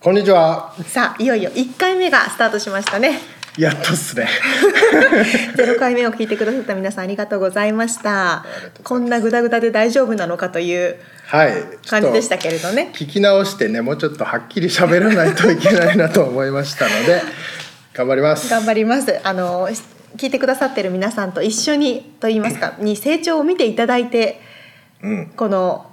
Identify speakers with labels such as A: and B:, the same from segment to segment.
A: こんにちは。
B: さあいよいよ1回目がスタートしましたね
A: やっとっすね。
B: 0回目を聞いてくださった皆さんありがとうございました
A: りがとうございます
B: こんなグダグダで大丈夫なのかという
A: はい。
B: 感じでした
A: ちょ
B: けれどね
A: っと聞き直してね、もうちょっとはっきり喋らないといけないなと思いましたので、 頑張ります。
B: 頑張りますあのし聞いてくださってる皆さんと一緒にと言いますかに成長を見ていただいて
A: うん、
B: この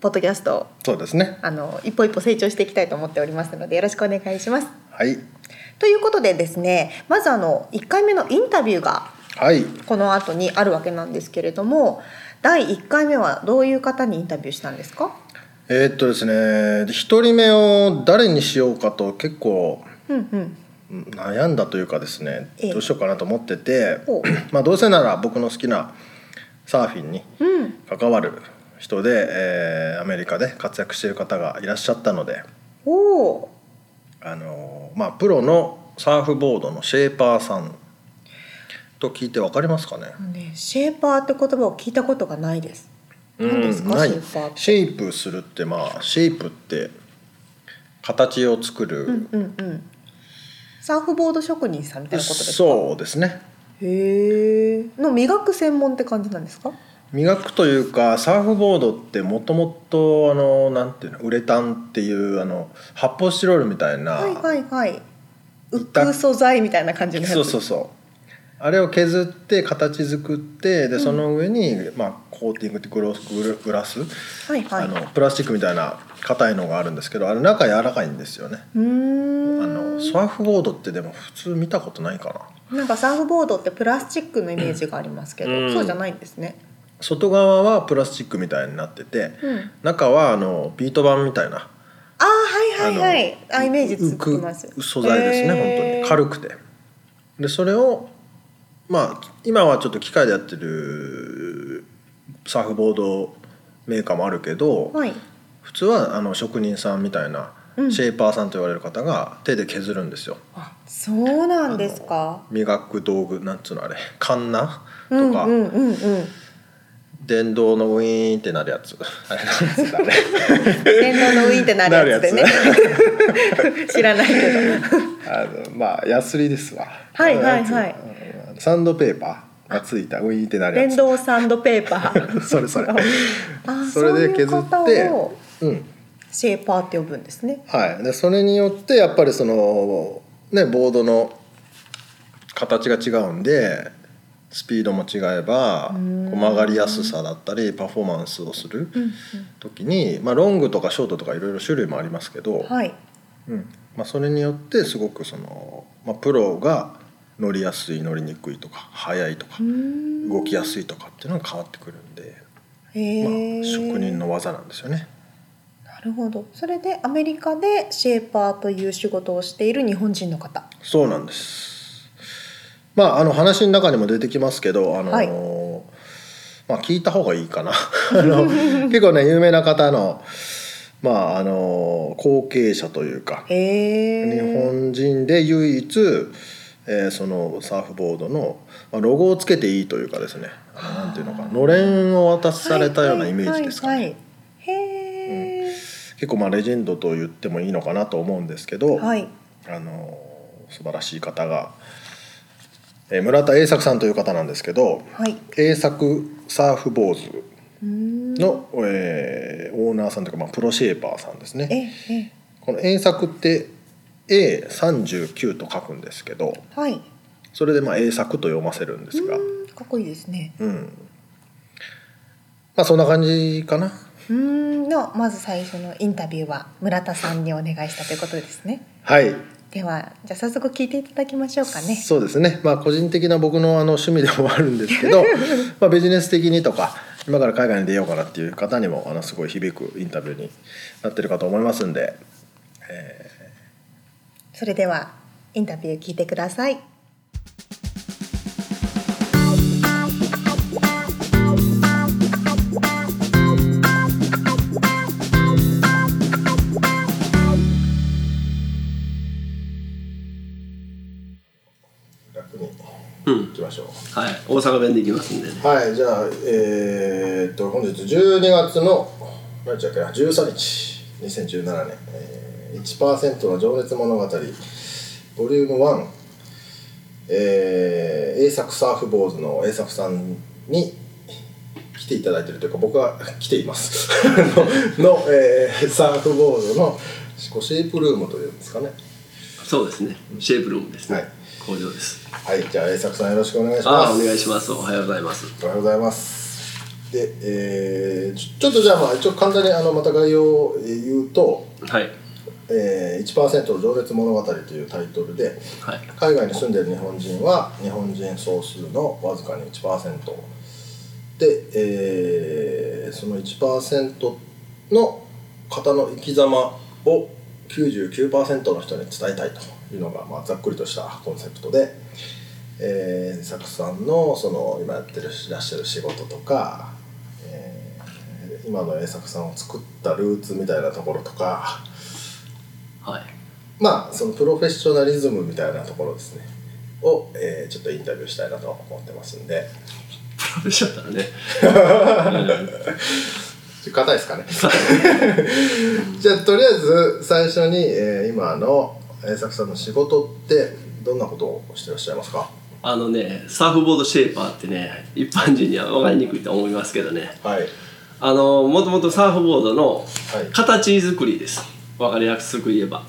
B: ポッドキャストを
A: そうですね。
B: あの一歩一歩成長していきたいと思っておりますのでよろしくお願いします。
A: はい。
B: ということでですねまずあの1回目のインタビューが
A: はい。
B: この後にあるわけなんですけれども第1回目はどういう方にインタビューしたんですか
A: えーっとですね、一人目を誰にしようかと結構
B: うんうん
A: うん悩んだというかですね
B: ええ、
A: どうしようかなと思ってて
B: ほう、
A: まあどうせなら僕の好きなサーフィンに
B: うん
A: 関わる人で、えーアメリカで活躍している方がいらっしゃったので。
B: おお
A: あのまあプロのサーフボードのシェーパーさんと聞いてわかりますかね。
B: ねシェーパーって言葉を聞いたことがないです何ですか
A: ない
B: シェーパーって
A: シェイプするってまあシェイプって形を作る、
B: うんうんうんサーフボード職人さんみたいなことですか
A: そうですね。
B: へえの磨く専門って感じなんですか
A: 磨くというかサーフボードってもともとあのなんていうのウレタンっていうあの発泡スチロールみたいな、
B: はいはいはい浮
A: た
B: く素材みたいな感じのやつ
A: そうそうそうあれを削って形作ってでその上に、まあ、コーティングってグロスグルグラス、
B: はいはい
A: あのプラスチックみたいな硬いのがあるんですけどあれ中柔らかいんですよね
B: うー
A: あ
B: ん
A: のサーフボードってでも普通見たことないかな
B: なんかサーフボードってプラスチックのイメージがありますけど、
A: うん
B: そうじゃないんですね。
A: 外側はプラスチックみたいになってて
B: うん、
A: 中はあのビート板みたいな
B: ああはいはいはい。
A: あ
B: あ
A: の
B: イメージつ
A: 浮
B: きます。
A: く素材ですね本当に
B: く。
A: 軽くてでそれをまあ今はちょっと機械でやってるサーフボードメーカーもあるけど、
B: はい。
A: 普通はあの職人さんみたいな
B: うん
A: シェイパーさんと言われる方が手で削るんですよ、
B: あそうなんですか。
A: 磨く道具なんつうのあれ カンナと
B: うんう
A: か、
B: んうんうん。
A: 電動のウィーンってなるやつ あれなんつうんだね
B: 電動のウィーンってなるやつでね
A: な。
B: 知らないけど。
A: あのまあヤスリですわ
B: はいはいはい
A: あのあのサンドペーパーがついたウィーンってなるや
B: 電
A: つ
B: 動サンドペーパ ー。
A: それそれ
B: ああ
A: それで削っ
B: そ
A: て
B: ういう方を
A: うん
B: シェーパーって呼ぶんですね。
A: はいでそれによってやっぱりそのねボードの形が違うんでスピードも違えばこ
B: う
A: うん曲がりやすさだったりパフォーマンスをする
B: うん
A: 時に、まあ、ロングとかショートとかいろいろ種類もありますけど、
B: うん、はい。
A: うんまあ、それによってすごくその、まあ、プロが乗りやすい乗りにくいとか速いとか動
B: 動
A: きやすいとかっていうのが変わってくるんで、
B: い。
A: ま
B: へ
A: あ、
B: え。
A: 職人の技なんですよね。
B: なるほどそれでアメリカでシェーパーという仕事をしている日本人の方
A: そうなんです。まあ、あの話の中にも出てきますけど、あのー
B: はい
A: まあ、聞いた方がいい かな。あの、結構ね、有名な方の。まあ、あのー後継者というか、
B: へえ
A: 日本人で唯一。えーそのサーフボードの、まあ、ロゴをつけていいというかですね。あのなんていうのかな、のれんを渡されたようなイメージですかね。
B: はいはいはいへえ、
A: 結構まあレジェンドと言ってもいいのかなと思うんですけど、
B: はい
A: あの素晴らしい方が、えー村田栄作さんという方なんですけど
B: はいう
A: 栄作サーフボーズ
B: ーん
A: の、えーオーナーさんというか、まあ、プロシェーパーさんです
B: え
A: ね。
B: え
A: この栄作って A39 と書くんですけど
B: はい
A: それでまあ栄作と読ませるんですが
B: うーんかっこいいですね
A: うんまあそんな感じかな
B: うーんのまず最初のインタビューは村田さんにお願いしたということですね
A: はい
B: ではじゃあ早速聞いていただきましょうかね
A: そうですねまあ個人的な僕のあの趣味でもあるんです けどまあビジネス的にとか今から海外に出ようかなっていう方にもあのすごい響くインタビューになってるかと思いますんで
B: それではインタビュー聞いてください
A: 楽に
C: うん
A: きましょう
C: はい、大阪弁で行きますんでね。
A: はいじゃあえーっと本日12月の何日だっけな13日2017年、えー、1%の情熱物語ボリューム1、えー、A 作サーフボーズの A 作さんに来ていただいてるというか僕は来ています のの、えーサーフボードのこうシェイプルームというんですかね
C: そうですね。シェイプルームですね。
A: はい
C: 工場です。
A: はいじゃあ A 作さんよろしくお願いします
C: ああ、お願いします。おはようございます。
A: おはようございます。で、えーちょちょっとじゃあまあ一応簡単にあのまた概要を言うと
C: はい。
A: 「えー、1%の情熱物語」というタイトルで
C: はい。
A: 海外に住んでいる日本人は日本人総数のわずかに1%で、えーその1%の方の生き様を99%の人に伝えたいというのが、まあ、ざっくりとしたコンセプトで、えー、作さんのその今やってるいらっしゃる仕事とか、えー今の栄作さんを作ったルーツみたいなところとか
C: はい。
A: まあそのプロフェッショナリズムみたいなところですねを、えーちょっとインタビューしたいなと思ってますんで
C: プ ロフェッショナルね。
A: ちょっと硬いです かねじゃあとりあえず最初に、えー今の栄作さんの仕事ってどんなことをしてらっしゃいますか
C: あのね、サーフボードシェイパーってね、一般人には分かりにくいと思いますけどね。
A: はい
C: あの、もともとサーフボードの
A: はい
C: 形作りです。分かりやすく言えば。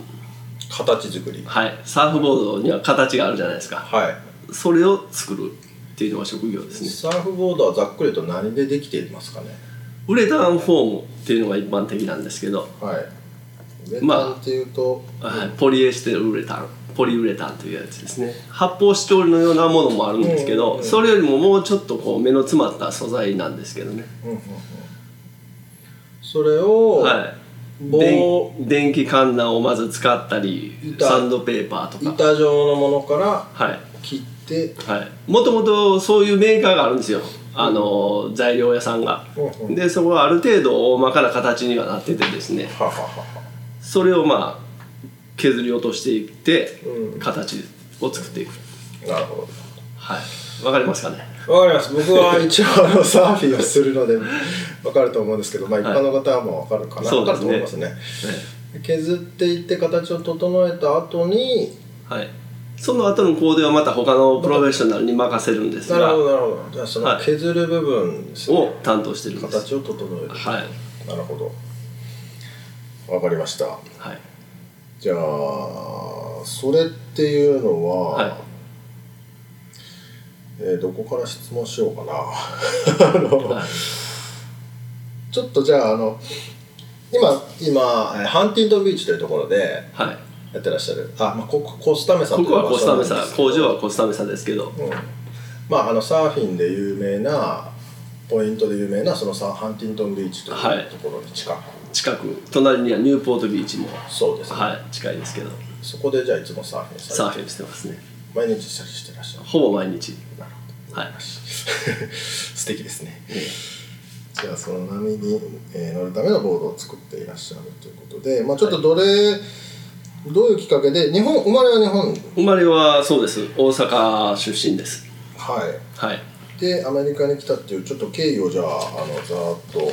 A: 形作り
C: はい。サーフボードには形があるじゃないですか。
A: はい
C: それを作るっていうのが職業ですね。
A: サーフボードはざっくりと何でできていますかね
C: ウレタンフォームっていうのが一般的なんですけど、
A: はいウレ
C: ま
A: タ
C: あ
A: ンっていうと、
C: はい、ポリエステルウレタンポリウレタンというやつですね発泡スチロールのようなものもあるんですけど、それよりももうちょっとこう目の詰まった素材なんですけどね、
A: それを、
C: はい、
A: 棒
C: でん電気カンナをまず使ったり
A: 板
C: サンドペーパーとか
A: 板状のものから
C: はい
A: 切って
C: はい、もともとそういうメーカーがあるんですよあの材料屋さんが
A: うんう
C: でそこはある程度大まかな形にはなっててですね
A: はははは
C: それをまあ削り落としていって
A: うん
C: 形を作っていく
A: なるほ
C: はいわかりますかね
A: どわかります僕 は一応あのサーフィンをするのでわかると思うんですけどまあ一般の方はもうわかるかな、
C: そ
A: わ
C: う
A: か
C: で
A: る
C: す
A: と
C: ね
A: 思いますね削っていって形を整えた後に
C: はい、その後の工程はまた他のプロフェッショナルに任せるんです
A: なる
C: が
A: ほ
C: を
A: どなるほどじゃあその
C: はい
A: 削る部分ですね、
C: 担当してるんです
A: 形を整える、
C: はい、
A: なるほどわかりました
C: はい、
A: じゃあそれっていうのは、
C: はい
A: えーどこから質問しようかな あの、
C: はい
A: ちょっとじゃああの今今えーハンティントンビーチというところで
C: はい、
A: やってらっしゃるあ、まあ、ここコスタメサとい
C: こ
A: う
C: こはコスタメ
A: 場所
C: サ
A: なんですけど
C: 工場はコスタメサですけど
A: うんまああのサーフィンで有名なポイントで有名なそのさハンティントンビーチとい
C: はいう
A: ところに近く、
C: 近く隣にはニューポートビーチも、
A: そうですね、
C: はい、近いですけど
A: そこでじゃあいつもサーフィンされて
C: サーフィンしてますね
A: 毎日してらっしゃる
C: ほぼ毎日
A: なるほど
C: はい
A: 素敵ですねじゃあその波にえー乗るためのボードを作っていらっしゃるということで、まあ、ちょっとどれ、どういうきっかけで日本生まれは日本
C: 生まれはそうです大阪出身です
A: は
C: はい
A: いでアメリカに来たっていうちょっと経緯をじゃああのざーっと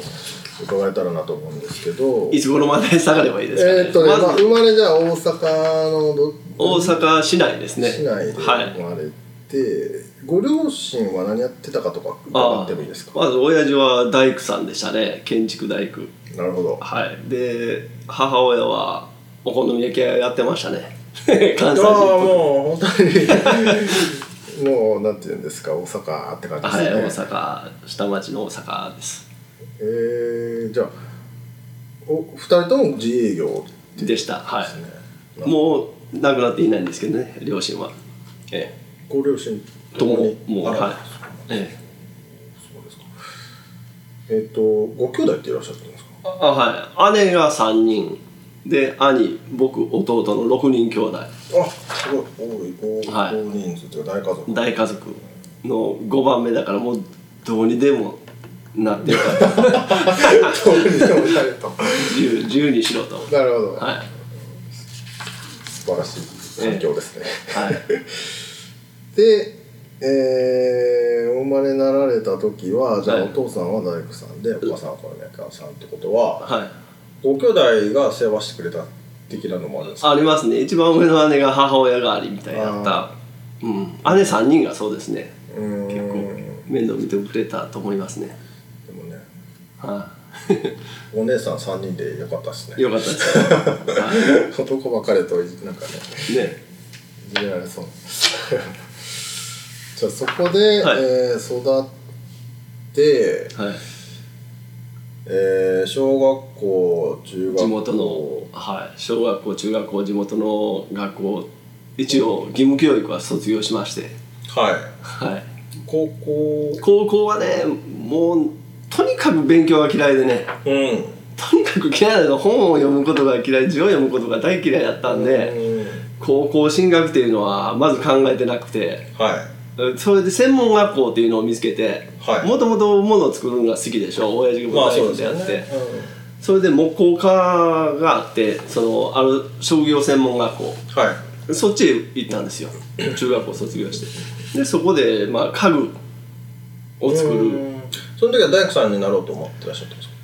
A: 伺えたらなと思うんですけど
C: いつ頃まで下がればいいですかね,、
A: えーっとね、ま
C: ま
A: あ、
C: ず
A: 生まれじゃあ大阪のど
C: 大阪市内ですね
A: 市内で
C: は
A: 生
C: い
A: まれて、ご両親は何やってたかとか伺ってもいいですか
C: まず親父は大工さんでしたね建築大工
A: なるほど
C: はい、で母親は お好み焼き屋やってましたね関西人っぽ
A: ああ
C: く
A: もう本当にもうなんていうんですか大阪って感じ
C: はい、大
A: ですね、
C: 阪下町の大阪です
A: えー、じゃあお二人とも自営業って
C: でしたは
A: ですね、
C: いもう亡くなっていないんですけどね両親はえ
A: ご両親
C: えとももう
A: あら
C: はいええ
A: そうですかえっ、とご兄弟っていらっしゃってるんですか
C: あはい姉が3人で兄僕弟の6人兄弟
A: あすごい多い大,、
C: はい
A: 大人数というか大家族
C: 大家族の5番目だからもうどうにでもなってよかった
A: そういうふうに思われた
C: 自由自由にしろと
A: なるほど、
C: はい、
A: 素晴らしい環境ですね、
C: はい、
A: で、えーお生まれになられた時はじゃあ
C: はい
A: お父さんは大工さんで、お母さんはこれねさんってことは、
C: はい
A: ご兄弟が世話してくれた的なのもあるんですか
C: ありますね一番上の姉が母親代わりみたいだった
A: あ、
C: うん、姉3人がそうですね
A: うーん
C: 結構面倒見てくれたと思いますね
A: でもね
C: は
A: お姉さん3人でよかったです
C: い、
A: ね
C: よかったです、は
A: 男ばかりとなんかね
C: い、ね
A: いじめられそう じゃあそこで、
C: はい
A: えー育って、
C: はい
A: えー小学校中学校
C: 地元の、はい、小学校中学校地元の学校一応義務教育は卒業しまして、
A: はい
C: はい、
A: 高校
C: 高校はねもうとにかく勉強が嫌いでね
A: うん
C: とにかく嫌いだけど本を読むことが嫌い字を読むことが大嫌いだったんで、
A: うん
C: 高校進学っていうのはまず考えてなくて
A: は
C: それで専門学校っていうのを見つけて
A: はい
C: もともと物を作るのが好きでしょ親父が
A: いまあ
C: 大
A: そう
C: 工
A: です
C: でや
A: よ
C: って、
A: ね
C: それで木工科があってそのある商業専門学校
A: うんはい
C: そっちへ行ったんですよ中学校卒業してでそこで、まあ、家具を作る
A: うんその時は大工さんになろうと思ってらっしゃったんですか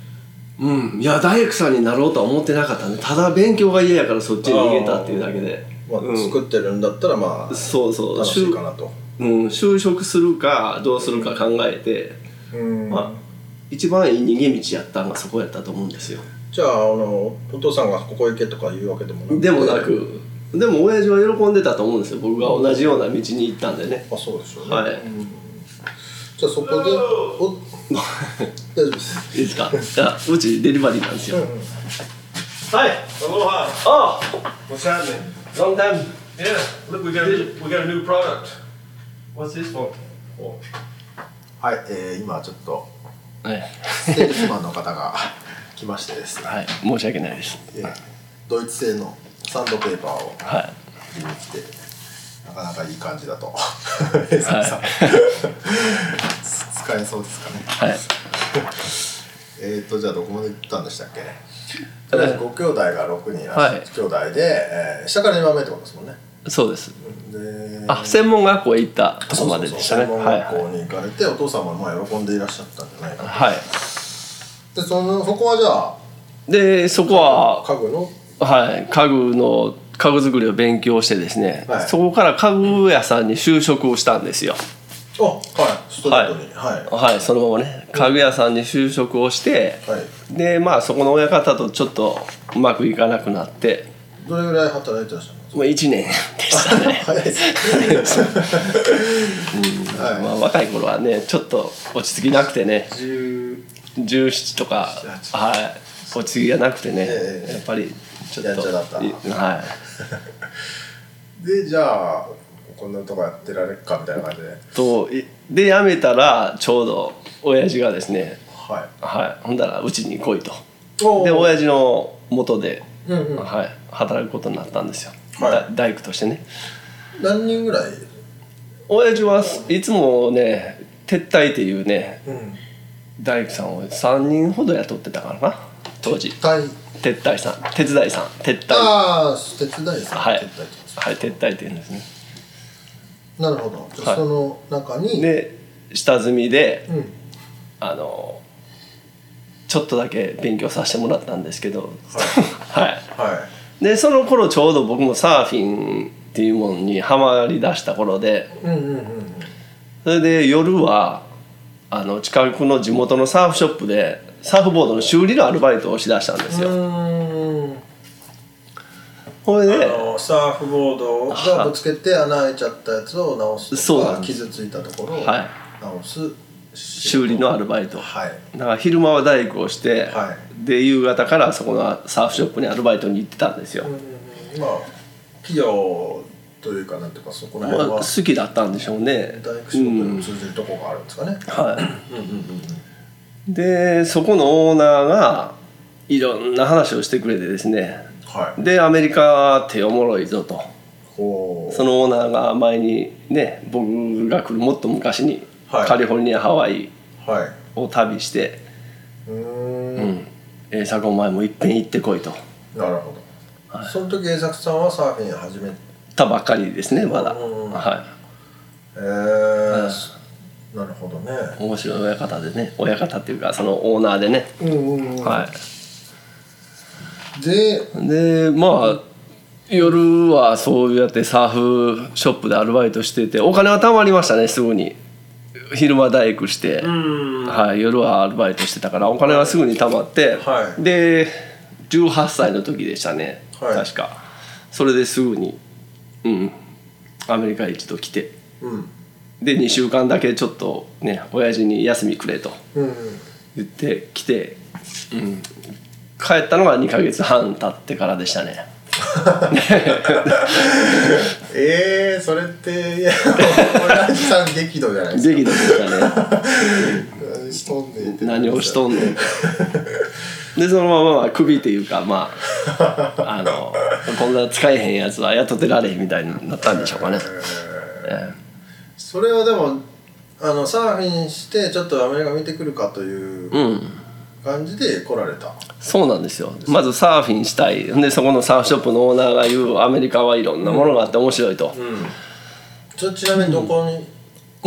C: うんいや大工さんになろうとは思ってなかったねただ勉強が嫌やからそっちに逃げたっていうだけで
A: まあ、
C: うん
A: 作ってるんだったらまあ
C: そうそう
A: 楽しいかなと
C: うん、就職するかどうするか考えて、
A: うん
C: まあ一番いい逃げ道やったのがそこやったと思うんですよ
A: じゃああのお父さんがここ行けとか言うわけでもなくて
C: でもなくでも親父は喜んでたと思うんですよ僕が同じような道に行ったんでね
A: まあそうでしょうね、
C: はい
A: うんじゃあそこで お大丈夫です
C: いいですかじゃあうちデリバリーなんですよ
A: ん
C: はい
D: Aloha.
C: あ
D: What's happening?
C: あロンタイム
D: Yeah. Look, we got a new, we got a new product. What's this one? Oh.
A: はい、えー、今ちょっと
C: はい、
A: ステールスマンの方が来ましてですね、
C: はい、申し訳ないです
A: えードイツ製のサンドペーパーを
C: は
A: 気に来てなかなかいい感じだと江崎さん 使えそうですかね
C: いはい
A: えーとじゃあどこまで行ったんでしたっけとりあえずご兄弟が6人いらっしゃる、
C: はい
A: 兄弟で、えー下から2番目ってことですもんね
C: そうです
A: で
C: あ専門学校へ行ったとこまででしたね
A: そうそう
C: はい
A: 専門学校に行かれて、お父様もまあ喜んでいらっしゃったんじゃないかな
C: はい、は
A: でそのそこはじゃ
C: い、でそこは
A: あ家具の
C: はい、家具の家具作りを勉強してですね、
A: はい
C: そこから家具屋さんに就職をしたんですよ
A: あはいストレートにはい
C: はいそのままね家具屋さんに就職をして、
A: はい、
C: でまあそこの親方とちょっとうまくいかなくなって
A: どれぐらい働いてらっしゃるんです
C: もう1年で したね、
A: か 早いですねはい
C: まあ、若い頃はねちょっと落ち着きなくてね
A: 10
C: 17とか
A: 18
C: はい落ち着きがなくてね、
A: ええ
C: やっぱりちょっと
A: やんちゃだった
C: いはい
A: でじゃあこんなとこやってられっかみたいな感じで
C: といで辞めたらちょうど親父がですね
A: は
C: はい、ほんだらうちに来い
A: い
C: と
A: お
C: で親父の元で、
A: うんうん
C: はい、働くことになったんですよ、
A: はい
C: だ大工としてね
A: 何人ぐらい、
C: 親父はいつもね撤退っていうね
A: うん、
C: 大工さんを3人ほど雇ってたからな当時
A: 対
C: 撤退さん手伝いさん撤退
A: ああ
C: は
A: 手伝いですね、
C: い、はい
A: 手伝いってことです、
C: 撤退っていうんですね
A: なるほどじゃあ、
C: はい
A: その中に、
C: で下積みで
A: うん、
C: あのちょっとだけ勉強させてもらったんですけど はい
A: は
C: でその頃ちょうど僕もサーフィンっていうものにハマりだした頃で
A: いうんうんうんうん
C: それで夜はあの近くの地元のサーフショップでサーフボードの修理のアルバイトをしだしたんですよ、
A: うーん
C: ほい
A: あ
C: で
A: のサーフボードがぶつけて穴開いちゃったやつを直すとか
C: そうなんです
A: 傷ついたところを
C: はい
A: 直す、
C: 修理のアルバイト
A: はい
C: だから昼間は大工をして、
A: は
C: で夕方からそこのサーフショップにアルバイトに行ってたんですよ、
A: まあ企業というかなんていうかそこら
C: まあ
A: 辺は
C: 好きだったんでしょうね
A: 大工仕事にも通じるところがあるんですかね、
C: はい、でそこのオーナーがいろんな話をしてくれてですね
A: はい
C: でアメリカは手おもろいぞと
A: こ
C: そのオーナーが前にね僕が来るもっと昔に、
A: はい
C: カリフォルニアハワイ
A: うはい
C: を旅して
A: うーん
C: 「うん栄作お前もいっぺん行ってこい」と
A: なるほど、その時栄作さんはサーフィン始め
C: たばっかりですねまだ、
A: うん
C: は
A: えー
C: うん
A: なるほどね
C: い面白い親方でね親方っていうかそのオーナーでね、
A: うんうんうん
C: はい
A: で
C: でまあ夜はそうやってサーフショップでアルバイトしててお金は貯まりましたねすぐに昼間大工して、はい、夜はアルバイトしてたからお金はすぐに貯まって、
A: はい
C: で18歳の時でしたね、
A: はい
C: 確かそれですぐにうんアメリカ一度来て
A: うん
C: で2週間だけちょっとね親父に休みくれと
A: うん
C: 言って来て、うん、帰ったのが2ヶ月半経ってからでしたね
A: ええー、それっていや親父さん激怒じゃないですか
C: 激怒でしたね
A: 何しとんねんって
C: 何をしとんねんでそのまままあ首っていうかまああのこんな使えへんやつは雇ってられへんみたいになったんでしょうかね、え
A: それはでもあのサーフィンしてちょっとアメリカ見てくるかという
C: えうん
A: 感じで来られた、
C: そうなんですよまずサーフィンしたいでそこのサーフショップのオーナーが言うアメリカはいろんなものがあって面白いと、
A: ちょちなみにどこに、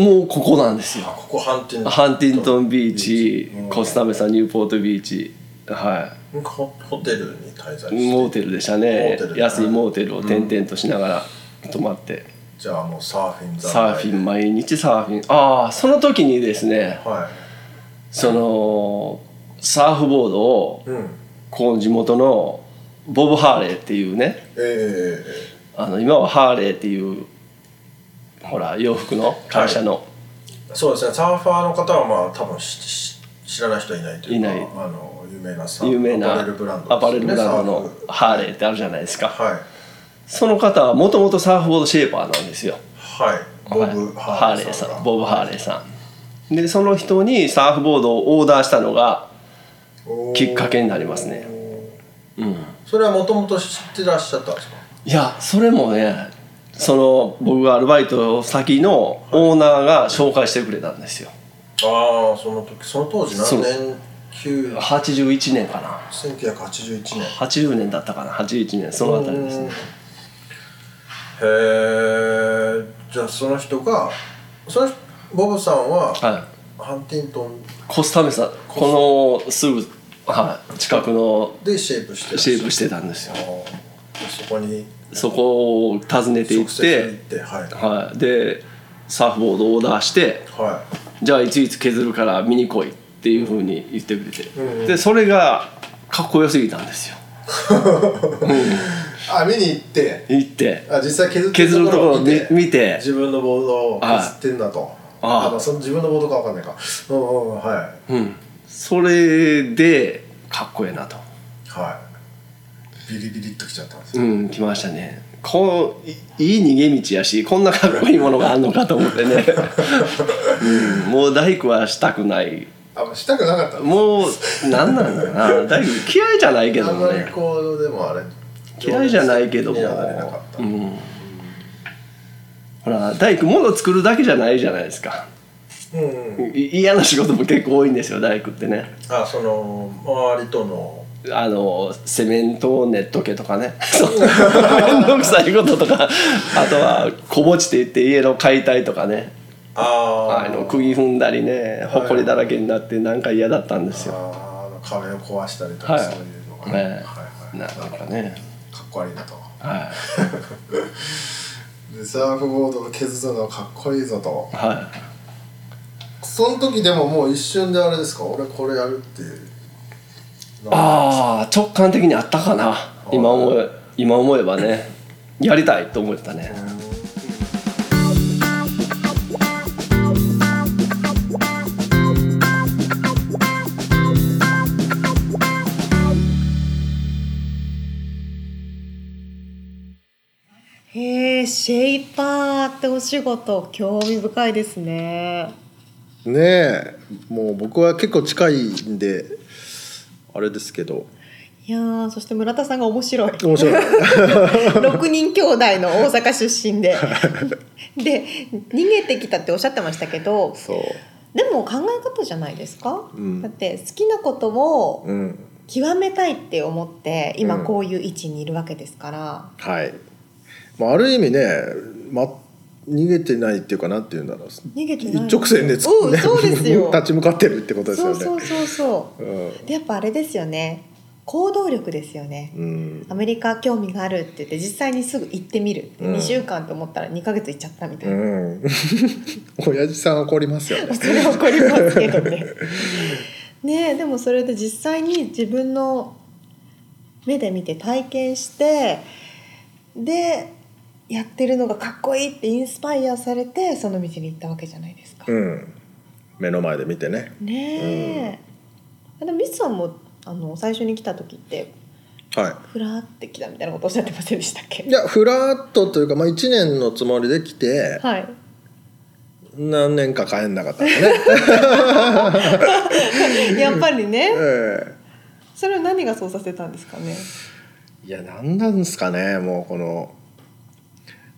C: もうここなんですよ
A: ここハンティン
C: ハンティントンビーチ、コスタメサニューポートビーチ、は
A: ンホホテルに滞在して
C: い、モーテルでしたね
A: モーテル、だ
C: 安いモーテルを転々としながら泊まって、
A: じゃあもうサーフィン
C: サーフィ
A: ン
C: ン、毎日サーフィン、ああ、その時にですね、
A: は
C: そのサーフボードを
A: い、、うん
C: この地元のボブ・ハーレーっていうね、
A: ええ
C: あの今はハーレーっていう、ほら、洋服の会社の、
A: そうですねサーファーの方はまあ多分しし知らない人いないというか
C: いない
A: あの有名なサー
C: 有名な
A: アパレルブランドですね
C: アパレルブランドの
A: サーフ
C: ハーレーってあるじゃないですか。
A: はい
C: その方はもともとサーフボードシェーパーなんですよ。
A: はいボブ・ハーレーさんが
C: ボブ・ハーレーさん。で、その人にサーフボードをオーダーしたのが
A: おー
C: きっかけになりますね。うん。
A: それはもともと知ってらっしゃったんですか
C: いや、それもね、その僕がアルバイト先のオーナーが紹介してくれたんですよ。
A: ああその時その当時何年9
C: 81年かな。
A: 1981年
C: 80年だったかな、81年、そのあたりですね。
A: へえじゃあその人がその人ボブさんは、
C: はい。
A: ハンティントン
C: コスタメサ、このすぐ、はい、近くの
A: でシェイプしてらっしゃ
C: シ
A: る
C: ェイプしてたんですよ
A: あ。ーそこに
C: そこを訪ねてい
A: 直
C: っ、
A: 接行っててはいはい
C: はい、でサーフボードをオーダーしてじゃあいついつ削るから見に来いっていうふうに言ってくれて、
A: うんうん
C: でそれがかっこよすぎたんですよ
A: あ見に行って
C: 行って
A: あ実際削って
C: 削るところを見
A: 見て
C: 見て
A: 自分のボードを削ってんだと
C: あー
A: まその自分のボードかわかんないかうんうんは
C: うん、それでかっこええなと、
A: いはいビリビリっときちゃったんですよ
C: うん、来ましたねこういいい逃げ道やしこんなかっこいいものがあんのかと思ってね、うん、もう大工はしたくない
A: あまあしたくなかった
C: もうなんなんだろうな大工嫌いじゃないけど
A: あん
C: も
A: ま
C: ね
A: りこうでもあれ
C: 嫌いじゃないけども
A: 情熱的にはなれなかった、
C: うん、ほら大工物作るだけじゃないじゃないですか
A: うんうん
C: い嫌な仕事も結構多いんですよ大工ってね
A: あその周りとの
C: あのセメントを練っとけとかね そんな面倒くさいこととかあとは小ぼちって言って家の解体とかね
A: あ
C: あの釘踏んだりねほこりだらけになってなんか嫌だったんですよ、
A: あー壁を壊したりとか、
C: はい
A: そういうのが
C: ね
A: はいはい
C: なん
A: か
C: かね、
A: っこ悪いなと
C: は
A: でサーフボードを削るのはかっこいいぞと
C: いはい
A: その時でももう一瞬であれですか俺これやるっていう
C: ああ直感的にあったかな今思う今思えばねやりたいと思ってたね
B: へえシェイパーってお仕事興味深いですね
A: ねえもう僕は結構近いんであれですけど
B: いやーそして村田さんが面白い
A: 面 白 い
B: 六人兄弟の大阪出 身でで逃げてきたっておっしゃってましたけど
A: そう
B: でも考え方じゃないですか、
A: うん
B: だって好きなことを
A: うん
B: 極めたいって思って今
A: うん
B: こういう位置にいるわけですから、
A: はい、まあ、ある意味ね、ま、逃げてないっていうかなんて言うんだろう
B: 逃げてない
A: 一直線でつ
B: うん
A: ね
B: そうですよ
A: 立ち向かってるってことですよ
B: そう
A: ね
B: そうそうそううでやっぱあれですよね行動力ですよね
A: ん、うん
B: アメリカ興味があるって言って実際にすぐ行ってみるって、
A: うん
B: 2週間と思ったら2ヶ月行っちゃったみたいな、
A: うん親父さん怒りますよね
B: それは怒りますけどね ねえでもそれで実際に自分の目で見て体験してでやってるのがかっこいいってインスパイアされてその道に行ったわけじゃないですか、
A: うん目の前で見てね
B: ねえ、でもミスさんもあの最初に来た時って
A: は
B: ふらって来たみたいなことおっしゃってませんでしたっけ
A: いいやふらっとというか、まあ、1年のつもりで来て
B: はい
A: 何年か帰んなかったのね、
B: やっぱりね、
A: え
B: それは何がそうさせたんですかね。
A: えいや何なんですかねもうこの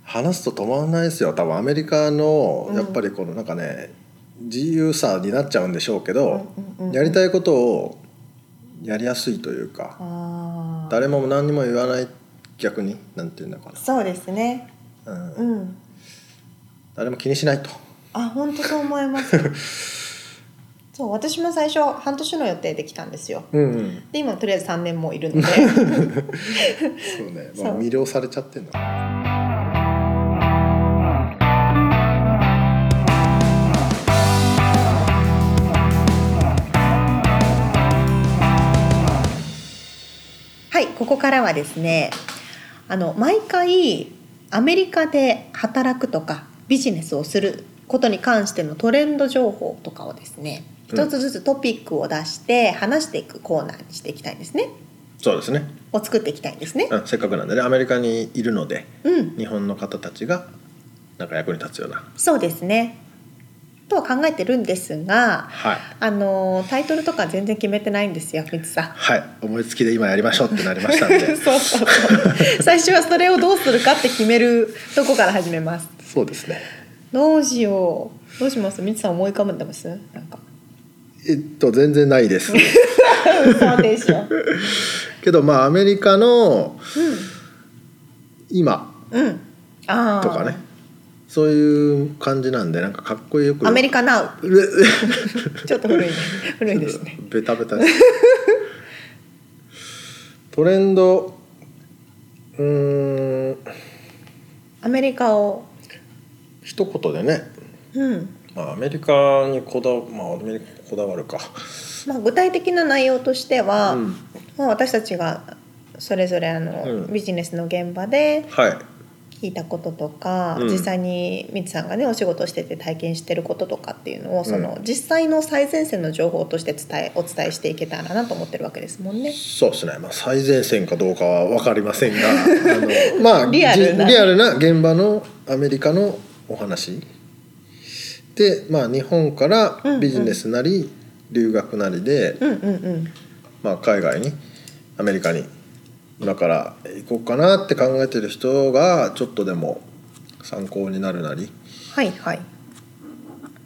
A: 話すと止まらないですよ多分アメリカの
B: うん
A: やっぱりこのなんかね、自由さになっちゃうんでしょうけど、
B: うんうんうん
A: やりたいことをやりやすいというか、
B: ああ。
A: 誰も何にも言わない逆になんていうんだか
B: そうですね。
A: な、うん
B: うん。
A: 誰も気にしないと
B: あ、本当そう思います。 そう、私も最初半年の予定で来たんですよ。
A: うん、うん、
B: で、今とりあえず三年もいるので。
A: そうね、
B: そう
A: まあ、魅了されちゃってんだ
B: はい、ここからはですね。あの、毎回アメリカで働くとか、ビジネスをする。ことに関してのトレンド情報とかをですね。一つずつトピックを出して話していくコーナーにしていきたいんですね。
A: そうですね、
B: を作っていきたいんですね。
A: うん、せっかくなんでねアメリカにいるので
B: うん。
A: 日本の方たちがなんか役に立つような
B: そうですね。とは考えてるんですが、
A: はい
B: あのタイトルとか全然決めてないんですよ、みつさ
A: はい思いつきで今やりましょうってなりましたん
B: ん。
A: で
B: そうそうそう。 最初はそれをどうするかって決めるとこから始めます。
A: そうですね
B: どうしよう。どうします、みつさん思い浮かんでます？なんか。
A: えっと全然ないです
B: そうでしょ。
A: けどまあアメリカの今
B: うん。うん。ああ。
A: とかね。そういう感じなんでなんかかっこよく
B: アメリカナ
A: うえ
B: ウ。ちょっと古いね。古いですね。
A: ベタベタですトレンドうーん
B: アメリカを。
A: 一言でね、
B: うん。
A: まあ、アメリカにこだ,、まあ、アメリカにこだわるか
B: まあ具体的な内容としては、
A: うん
B: まあ私たちがそれぞれあの、
A: うん
B: ビジネスの現場で
A: はい
B: 聞いたこととか、
A: うん
B: 実際にみつさんがねお仕事をしてて体験してることとかっていうのをその、
A: う
B: 実際の最前線の情報として伝えお伝えしていけたらなと思ってるわけですもんね。
A: そうですね、まあ、最前線かどうかは分かりませ んがあの、まあ、
B: リアルな
A: じリアルな現場のアメリカのお話で、まあ、日本から
B: うんうん
A: ビジネスなり、留学なりで、
B: うんうんうん。
A: まあ、海外にアメリカにだから行こうかなって考えてる人がちょっとでも参考になるなり、
B: はいはい。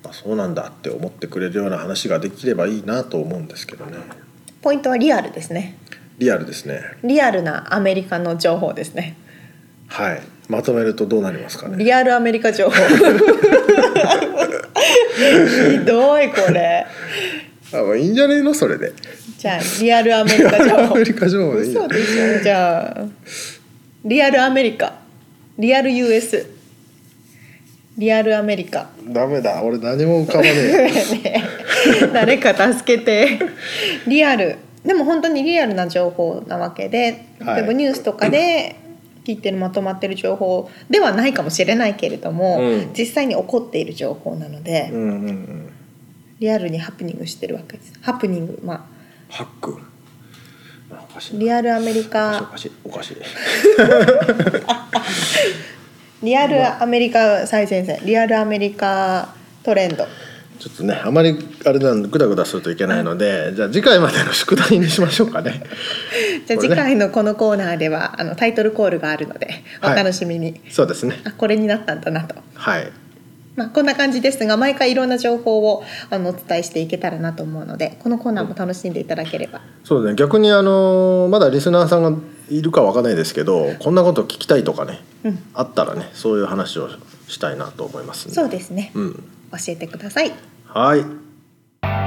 A: あ、そうなんだって思ってくれるような話ができればいいなと思うんですけどね
B: ポイントはリアルですね。
A: リアルですね
B: リアルなアメリカの情報ですね。
A: はいまとめるとどうなりますかね
B: リアルアメリカ 情報。ひどいこれ。
A: あまあいいんじゃねえのそれで
B: じゃあリアルアメリカ情
A: ア
B: 報
A: メ。リカ情報でいい
B: 嘘
A: よ
B: でしょじゃあリアルアメリカリアル US リアルアメリカ
A: ダメだ俺何も浮かばねえ
B: 誰か助けてリアルでも本当にリアルな情報なわけで
A: はい
B: 例えばニュースとかで言ってるまとまってる情報ではないかもしれないけれども、
A: うん
B: 実際に起こっている情報なので、
A: うんうんうん
B: リアルにハプニングしてるわけですハプニングまあ
A: ハックあおかしい
B: リアルアメリ
A: お
B: カ
A: かしいおかしいおかしい
B: リアルアメリカ最前線リアルアメリカトレンド
A: ちょっとねあまりあれなんでグダグダするといけないので、じゃあ次回までの宿題にしましょうかね
B: じゃあ
A: こ
B: 次
A: れね
B: 回のこのコーナーでは、あのタイトルコールがあるのでお
A: はい
B: 楽しみに、
A: そうですね
B: あこれになったんだなと、
A: はい
B: まあ、こんな感じですが毎回いろんな情報をあのお伝えしていけたらなと思うのでこのコーナーも楽しんでいただければ、
A: そうですね逆にあのまだリスナーさんがいるかわかんないですけどこんなこと聞きたいとかね、
B: うん
A: あったらねそういう話をしたいなと思いますん
B: そうですね、
A: うん
B: 教えてください
A: はい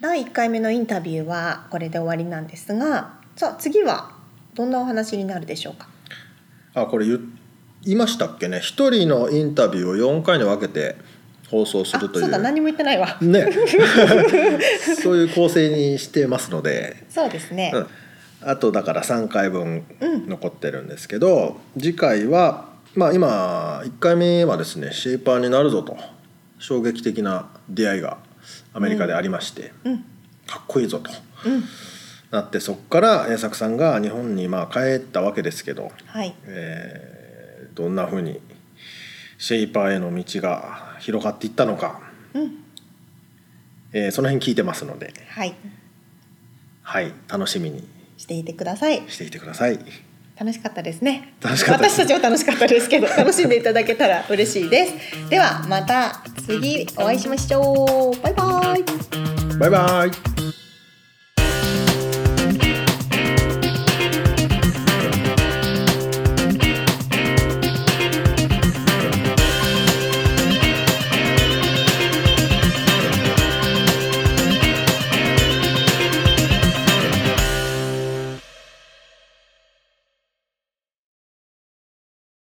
B: 第1回目のインタビューはこれで終わりなんですがさあ次はどんなお話になるでしょうか
A: あこれ言言いましたっけね一人のインタビューを4回に分けて放送す
B: あ
A: るという
B: そうだ何も言ってないわ
A: ね そういう構成にしてますので
B: そうですね、
A: うん、あとだから3回分
B: うん
A: 残ってるんですけど、次回はまあ今1回目はですねシェイパーになるぞと衝撃的な出会いがアメリカでありまして、
B: うん
A: かっこいいぞと
B: うん
A: なってそこから栄作さんが日本にまあ帰ったわけですけど、
B: はい
A: えーどんなふうにシェイパーへの道が広がっていったのか、
B: うん
A: えーその辺聞いてますので、
B: はい
A: はい、楽しみに
B: していてください
A: していてください。
B: 楽しかったですね
A: 楽しかったです
B: 私たちも楽しかったですけど楽しんでいただけたら嬉しいですではまた次お会いしましょうバイバイ
A: バイバイ